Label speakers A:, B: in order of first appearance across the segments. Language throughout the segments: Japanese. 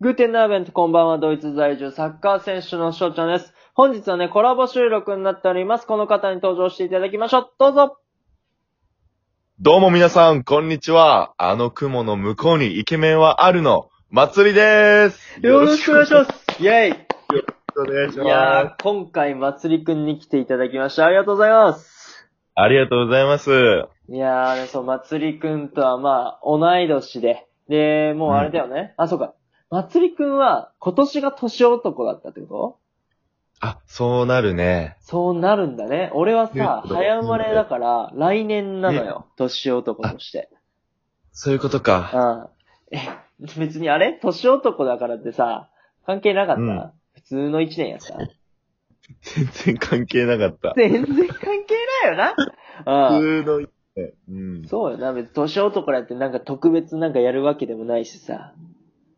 A: グーテンナーベントこんばんは、ドイツ在住サッカー選手の翔ちゃんです。本日はね、コラボ収録になっております。この方に登場していただきましょう。どうぞ
B: どうも皆さん、こんにちは。あの雲の向こうにイケメンはあるの、祭りでーす。
A: よろしくお願いしますイェイ
B: よろしくお願いし
A: いやー
B: ます。、
A: 今回、まつりくんに来ていただきまして、ありがとうございます。
B: ありがとうございます。
A: いやー、ね、そう、まつりくんとは、まあ、同い年で、で、もうあれだよね。あ、そうか。まつりくんは、今年が年男だったってこと
B: あ、そうなるね。
A: そうなるんだね。俺はさ、
B: うん
A: 早生まれだから、来年なのよ。年男として。
B: そういうこと
A: う
B: か。
A: ん。え、別にあれ年男だからってさ、関係なかった、
B: うん
A: 普通の一年やった。
B: 全然関係なかった。
A: 全然関係ないよな。うん。
B: 普通の一年、うん。
A: そうよな、別に年男だってなんか特別なんかやるわけでもないしさ。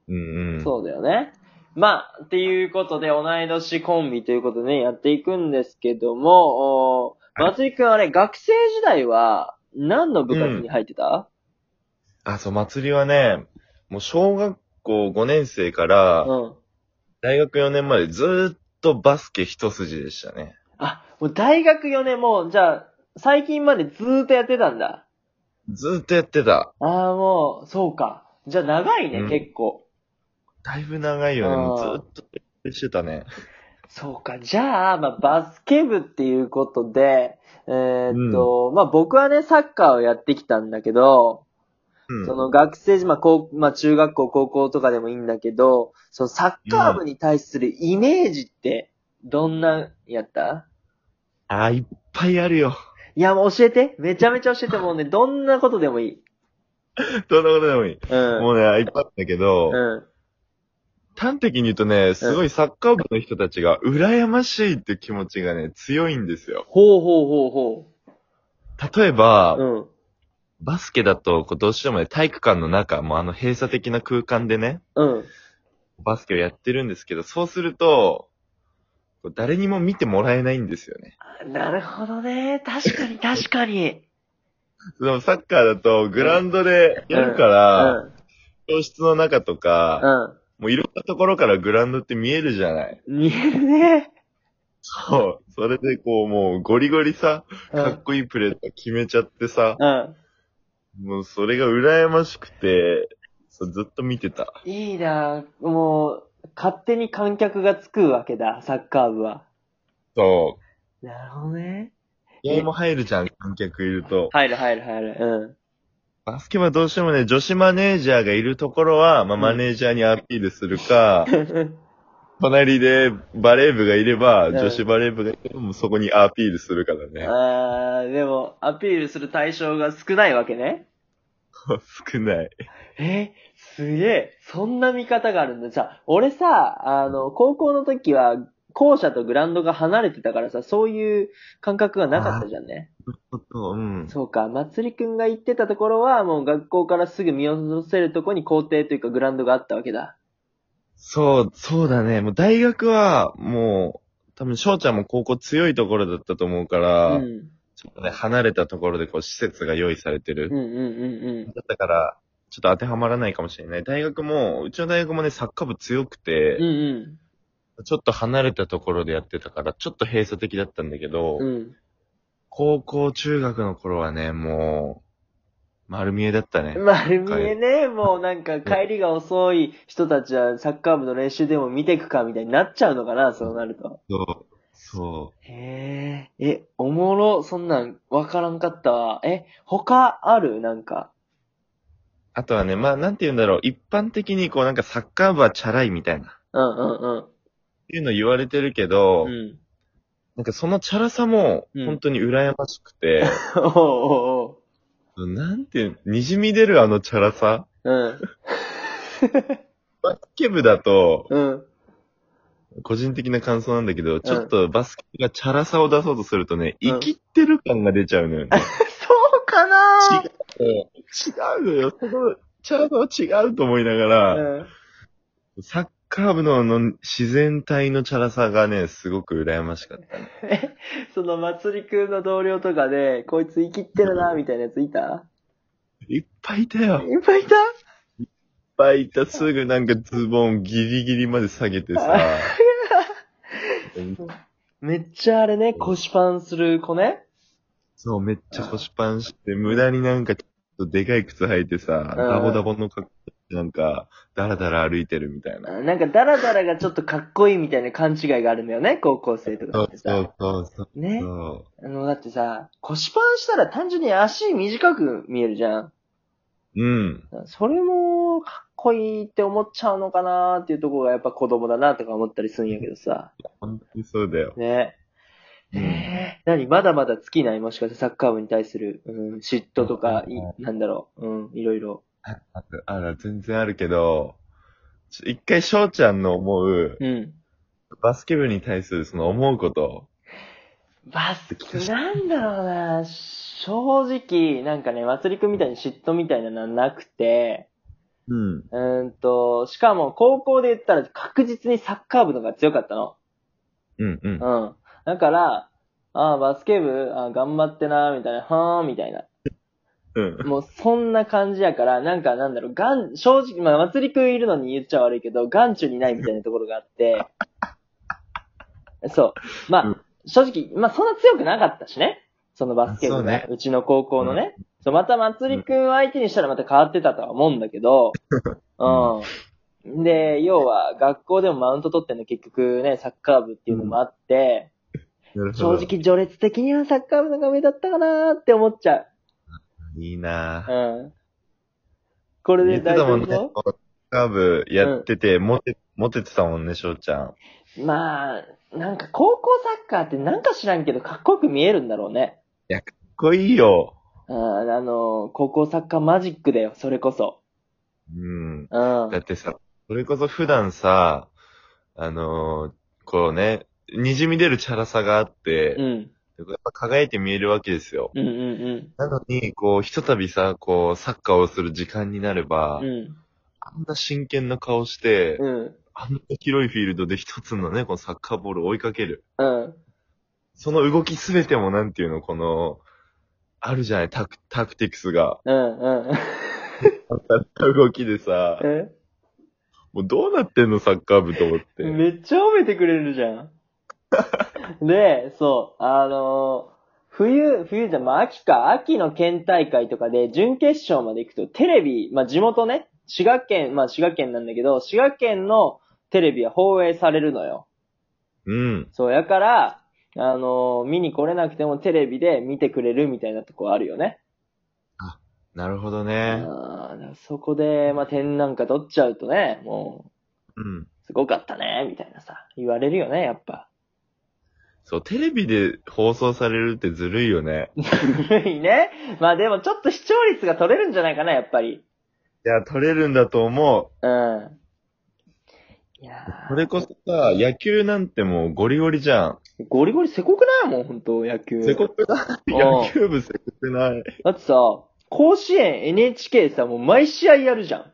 B: うんうん。
A: そうだよね。まあ、っていうことで、同い年コンビということでね、やっていくんですけども、おー松井くんあれ、学生時代は、何の部活に入ってた、
B: あ、そう、祭りはね、もう小学校5年生か
A: う
B: ら
A: ん、
B: 大学4年までずーっとバスケ一筋でしたね。
A: あ、もう大学4年もう、じゃあ、最近までずーっとやってたんだ。
B: ずーっとやってた。
A: ああ、もう、そうか。じゃあ長いね、
B: うん
A: 結構。
B: だいぶ長いよね。もうず
A: あー
B: ーっとやってしてたね。
A: そうか。じゃあ、まあ、バスケ部っていうことで、えーっと、まあ、僕はね、サッカーをやってきたんだけど、
B: うん
A: その学生時、まあ、高まあ、中学校、高校とかでもいいんだけど、そのサッカー部に対するイメージって、どんなんやった、
B: あ、いっぱいあるよ。
A: いや、もう教えて。めちゃめちゃ教えて。もうね、どんなことでもいい。
B: どんなことでもいい。
A: うん。
B: もうね、いっぱいあったけど、
A: うん。
B: 端的に言うとね、すごいサッカー部の人たちが羨ましいって気持ちがね、強いんですよ。
A: ほうほうほうほ
B: 例えば、
A: う。うん。
B: バスケだと、こうどうしてもね、体育館の中、もうあの閉鎖的な空間でね、
A: うん。
B: バスケをやってるんですけど、そうすると、こう誰にも見てもらえないんですよね。
A: なるほどね。確かに、確かに。
B: そのサッカーだと、グラウンドでやるから、教室の中と
A: う
B: か、
A: ん。うん。
B: もういろんなところからグラウンドって見えるじゃない。
A: 見えるね。
B: そう。それでこう、もうゴリゴリさ、かっこいいプレーとか決めちゃってさ、
A: うん。
B: もうそれが羨ましくて、そうずっと見てた。
A: いいなぁもう、勝手に観客がつくわけだ、サッカー部は。
B: そ
A: なるほどね。
B: う。ゲーム入るじゃん、観客いると。
A: 入る入る入る。
B: バスケはどうしてもね、女子マネージャーがいるところは、まあ、
A: うん
B: マネージャーにアピールするか、
A: うん。
B: 隣でバレー部がいれば、
A: うん
B: 女子バレー部がいれば、もうそこにアピールするからね。
A: あー、でも、アピールする対象が少ないわけね。
B: 少ない。
A: え、すげえ。そんな見方があるんだ。じゃあ、俺さ、あの、高校の時は、校舎とグラウンドが離れてたからさ、そういう感覚がなかったじゃんね。
B: うん。
A: そうか、まつりくんが行ってたところは、もう学校からすぐ見下ろせるとこに校庭というかグラウンドがあったわけだ。
B: そう、そうだね。もう大学は、もう、多分翔ちゃんも高校強いところだったと思うか
A: う
B: ら、
A: ん。
B: ちょっとね、離れたところでこう施設が用意されて
A: うん
B: る。
A: うんうん
B: だったから、ちょっと当てはまらないかもしれない。大学も、うちの大学もね、サッカー部強くて
A: うん。う、ん
B: ちょっと離れたところでやってたから、ちょっと閉鎖的だったんだけど、
A: うん。うん。
B: 高校、中学の頃はね、もう、丸見えだったね。
A: 丸見えね、もうなんか帰りが遅い人たちはサッカー部の練習でも見てくかみたいになっちゃうのかな、そうなると。
B: そう。そ
A: へえ、え、おもろ、そんなんわからんかったわ。え、他あるなんか。
B: う。あとはね、まあ、なんて言うんだろう。一般的にこう、なんかサッカー部はチャラいみたいな。
A: うんうん
B: っていうの言われてるけど、
A: うん。 うん。
B: なんかそのチャラさも、
A: うん
B: 本当に羨ましく て、
A: おうおうおう。
B: なんて、滲み出るあのチャラさ。
A: うん。
B: バスケ部だと、
A: うん。
B: 個人的な感想なんだけど、ちょっとバスケがチャラさを出そうとするとね、生きってる感が出ちゃうのよね。
A: そうかな
B: 違うのよ。その、チャラさは違うと思いながら、
A: うん。
B: サッカー部のあの自然体のチャラさがね、すごく羨ましかった。
A: え、その祭りくんの同僚とかで、こいつ生きってるな、みたいなやついた
B: いっぱいいたよ。
A: いっぱいいた
B: ぱいいた、すぐなんかズボンギリギリまで下げてさ。
A: めっちゃあれね、腰パンする子ね。
B: そう、めっちゃ腰パンして、無駄になんかちょっとでかい靴履いてさ、
A: うん
B: ダボダボの格好でなんか、ダラダラ歩いてるみたいな。
A: なんかダラダラがちょっとかっこいいみたいな勘違いがあるんだよね、高校生と
B: そ
A: かっ
B: う
A: て
B: そう
A: さ。
B: そうそう。
A: ね。
B: そ
A: あの、だってさ、腰パンしたら単純に足短く見えるじゃん。
B: ううん。
A: それも、かっこいいって思っちゃうのかなーっていうところがやっぱ子供だなとか思ったりするんやけどさ。
B: 本当にそうだよ。
A: ね。
B: うん
A: えー何まだまだ尽きないもしかしてサッカー部に対する、うん、嫉妬とか、いなんだろう。うん、いろいろ。
B: ああら、全然あるけど、ちょ一回翔ちゃんの思う、
A: うん。
B: バスケ部に対するその思うこと。
A: バスケ、なんだろうな正直、なんかね、まつりくんみたいに嫉妬みたいなのはなくて、
B: うん。
A: うーんと、しかも高校で言ったら確実にサッカー部の方が強かったの。
B: うんうん。
A: うん。だから、ああ、バスケ部、ああ、頑張ってな、みたいな、はーん、みたいな。
B: うん。
A: もうそんな感じやから、なんかなんだろう、がん、正直、まあ、祭りくんいるのに言っちゃ悪いけど、眼中にないみたいなところがあって、 そう。まあ、
B: うん
A: 正直、まあそんな強くなかったしね。そのバスケ部
B: そ
A: が、
B: うね
A: うちの高校のね。そう、また祭りくん相手にしたらまた変わってたとは思うんだけ ど、うん。で、要は、学校でもマウント取ってんの結局ね、サッカー部っていうのもあって、
B: なるほ
A: 正
B: ど。
A: 直序列的にはサッカー部の方が上だったかなーって思っちゃう。
B: いいなぁ。
A: うん。これ
B: 言
A: で大
B: ってた
A: 丈
B: もん
A: 夫
B: ね。
A: ぞ、
B: カーブやってて、モテ、モテてたもんね、翔ちゃん。
A: まあ、なんか高校サッカーってなんか知らんけどかっこよく見えるんだろうね。
B: かっこいいよ。
A: うん、あの、高校サッカーマジックだよ、それこそ。
B: うん。
A: うん。
B: だってさ、それこそ普段さ、あのーこうね、滲み出るチャラさがあって、
A: うん。
B: やっぱ輝いて見えるわけですよ。
A: うんうん
B: なのに、こう、ひとたびさ、こう、サッカーをする時間になれば、
A: うん。うん。
B: あんな真剣な顔して、
A: うん。
B: あんな広いフィールドで一つのね、このサッカーボールを追いかける。
A: うん。
B: その動きすべてもなんていうの、この、あるじゃない、タク、タクティクスが。
A: うん。うん。
B: 当たった動きでさ、もうどうなってんの、サッカー部と思って。
A: めっちゃ褒めてくれるじ ゃん。で、そう、あの冬、冬じゃ、まあ、秋か、秋の県大会とかで、準決勝まで行くと、テレビ、まあ、地元ね、滋賀県、まあ、滋賀県なんだけど、滋賀県のテレビは放映されるのよ。
B: うん。
A: そう、やから、あの見に来れなくてもテレビで見てくれるみたいなとこあるよね。
B: なるほど
A: あ
B: ね。
A: あーだからそこで、まあ、点なんか取っちゃうとね、も
B: うん。
A: う、すごかったね、みたいなさ、言われるよね、やっぱ。
B: そう、テレビで放送されるってずるいよね。い
A: 古いね。まあでもちょっと視聴率が取れるんじゃないかな、やっぱり。
B: や、取れるんだと思。
A: うん。いうや
B: それこそさ、野球なんてもうゴリゴリじゃん。
A: ーゴリゴリせこくないもん、本当野球。
B: せこくない。野球部せこくない。
A: だってさ、甲子園 NHK さ、もう毎試合やるじゃん。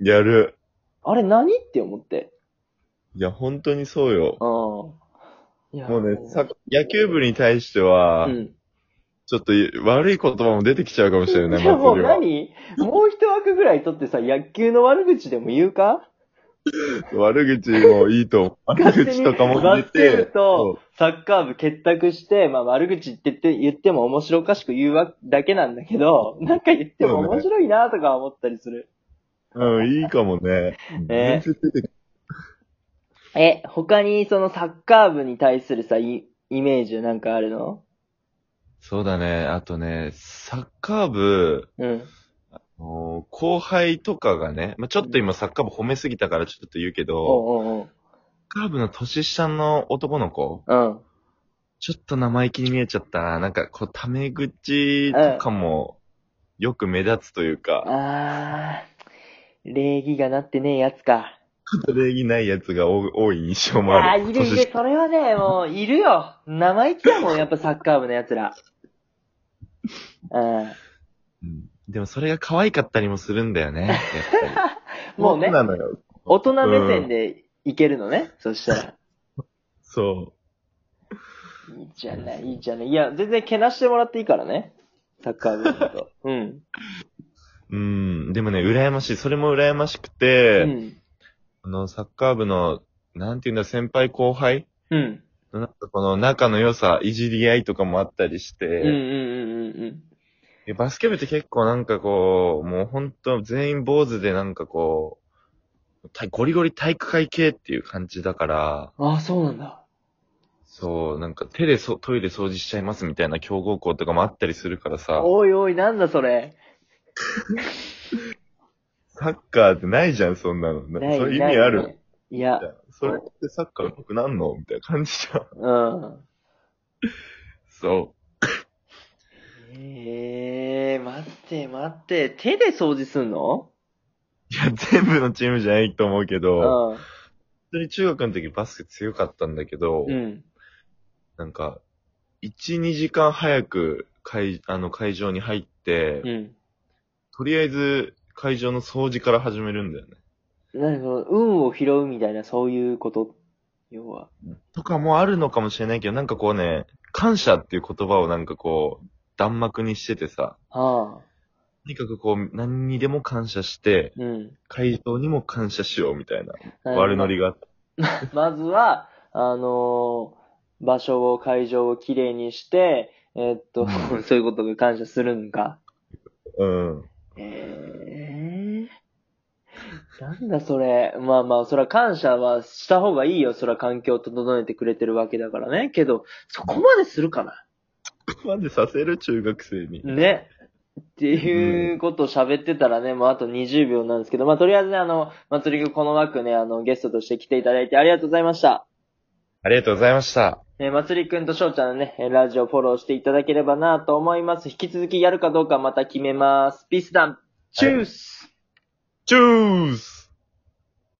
B: やる。
A: あれ何って思って。
B: いや、本当にそうよ。
A: うん。いや
B: もうね、さ野球部に対しては、
A: うん。
B: ちょっと悪い言葉も出てきちゃうかもしれ ない、
A: じゃあもう
B: 祭りは。
A: 何もう一枠ぐらい取ってさ、野球の悪口でも言うか
B: 悪口もいいと思う。 悪口とかも
A: バ
B: 出
A: スケ
B: て
A: 部。とサッカー部結託して、まあ悪口って言って言っても面白おかしく言うわだけなんだけ ど、なんか言っても面白いなとか思ったりする。
B: うん、いいかもね。
A: え
B: 全然出て
A: え、他にそのサッカー部に対するさ、イイメージはなんかあるの
B: そうだね。あとね、サッカー部、
A: うん。
B: あの後輩とかがね、まあ、ちょっと今サッカー部褒めすぎたからちょっと言うけど、
A: おうおう
B: サッカー部の年下の男の子、
A: おう。
B: ちょっと生意気に見えちゃったな。なんか、こう、タメ口とかも、よく目立つという
A: うん。
B: か、
A: あー、礼儀がなってねえやつか。
B: ちょっと礼儀ないやつが多多い印象も
A: あ
B: あ
A: ー、
B: る。
A: いるい
B: 年
A: る
B: 下。
A: それはね、もう、いるよ。生意気だもん、やっぱサッカー部の奴 ら。うん。
B: うんでもそれが可愛かったりもするんだよね。やっぱ り
A: もうね
B: そうなのよ。
A: 大人目線でいけるのね、そしたら。
B: そう。
A: いいじゃない、 いいじゃない。いや、全然けなしてもらっていいからね。サッカー部のこと。うん。
B: うん、でもね、羨ましい。それも羨ましく
A: う
B: て、
A: ん。
B: あの、サッカー部の、なんていうんだ、先輩後輩
A: うん。
B: のなんかこの仲の良さ、いじり合いとかもあったりして、
A: うんうんうんうんうん。
B: でバスケ部って結構なんかこう、もうほんと全員坊主でなんかこう、たゴリゴリ体育会系っていう感じだから、
A: ああ、そうなんだ。
B: そう、なんか手でそトイレ掃除しちゃいますみたいな強豪校とかもあったりするからさ、
A: おいおい、なんだそれ。
B: サッカーってないじゃん、そんなの。な
A: ない
B: そういう意味あ
A: ない
B: る
A: いや、
B: それってサッカー上手くなんのみたいな感じじゃ
A: う
B: ん。
A: ん。
B: そ
A: ええー、待って待って、手で掃除すんの
B: う。いや、全部のチームじゃないと思うけど、本
A: う
B: 当に中学の時バスケ強かったんだけど、
A: ん。うん。
B: なんか、1、2時間早く会、あの会場に入って、
A: うん。
B: とりあえず会場の掃除から始めるんだよね。
A: なるほど、運を拾うみたいな、そういうこと。要は。
B: とかもあるのかもしれないけど、なんかこうね、感謝っていう言葉をなんかこう、弾幕にしててさ、
A: はあ。
B: とにかくこう、何にでも感謝して、
A: うん。
B: 会場にも感謝しようみたいな、
A: なるほど
B: 悪ノリがあった。
A: まずは、あのー場所を、会場をきれいにして、えーっと、 そういうことに感謝するんか。
B: うん。
A: ええー。なんだそれ。まあまあ、そら感謝はした方がいいよ。そら環境を整えてくれてるわけだからね。けど、そこまでするかな
B: ここまでさせる中学生に。
A: ね。っていうことを喋ってたらね、もうあと20秒なんですけど、まあとりあえずね、あの、祭りがこの枠ね、あの、ゲストとして来ていただいてありがとうございました。
B: ありがとうございました。
A: えー、まつりくんとしょうちゃんのね、えーラジオフォローしていただければなと思います。引き続きやるかどうかまた決めます。ピースダン、チュース、
B: チュース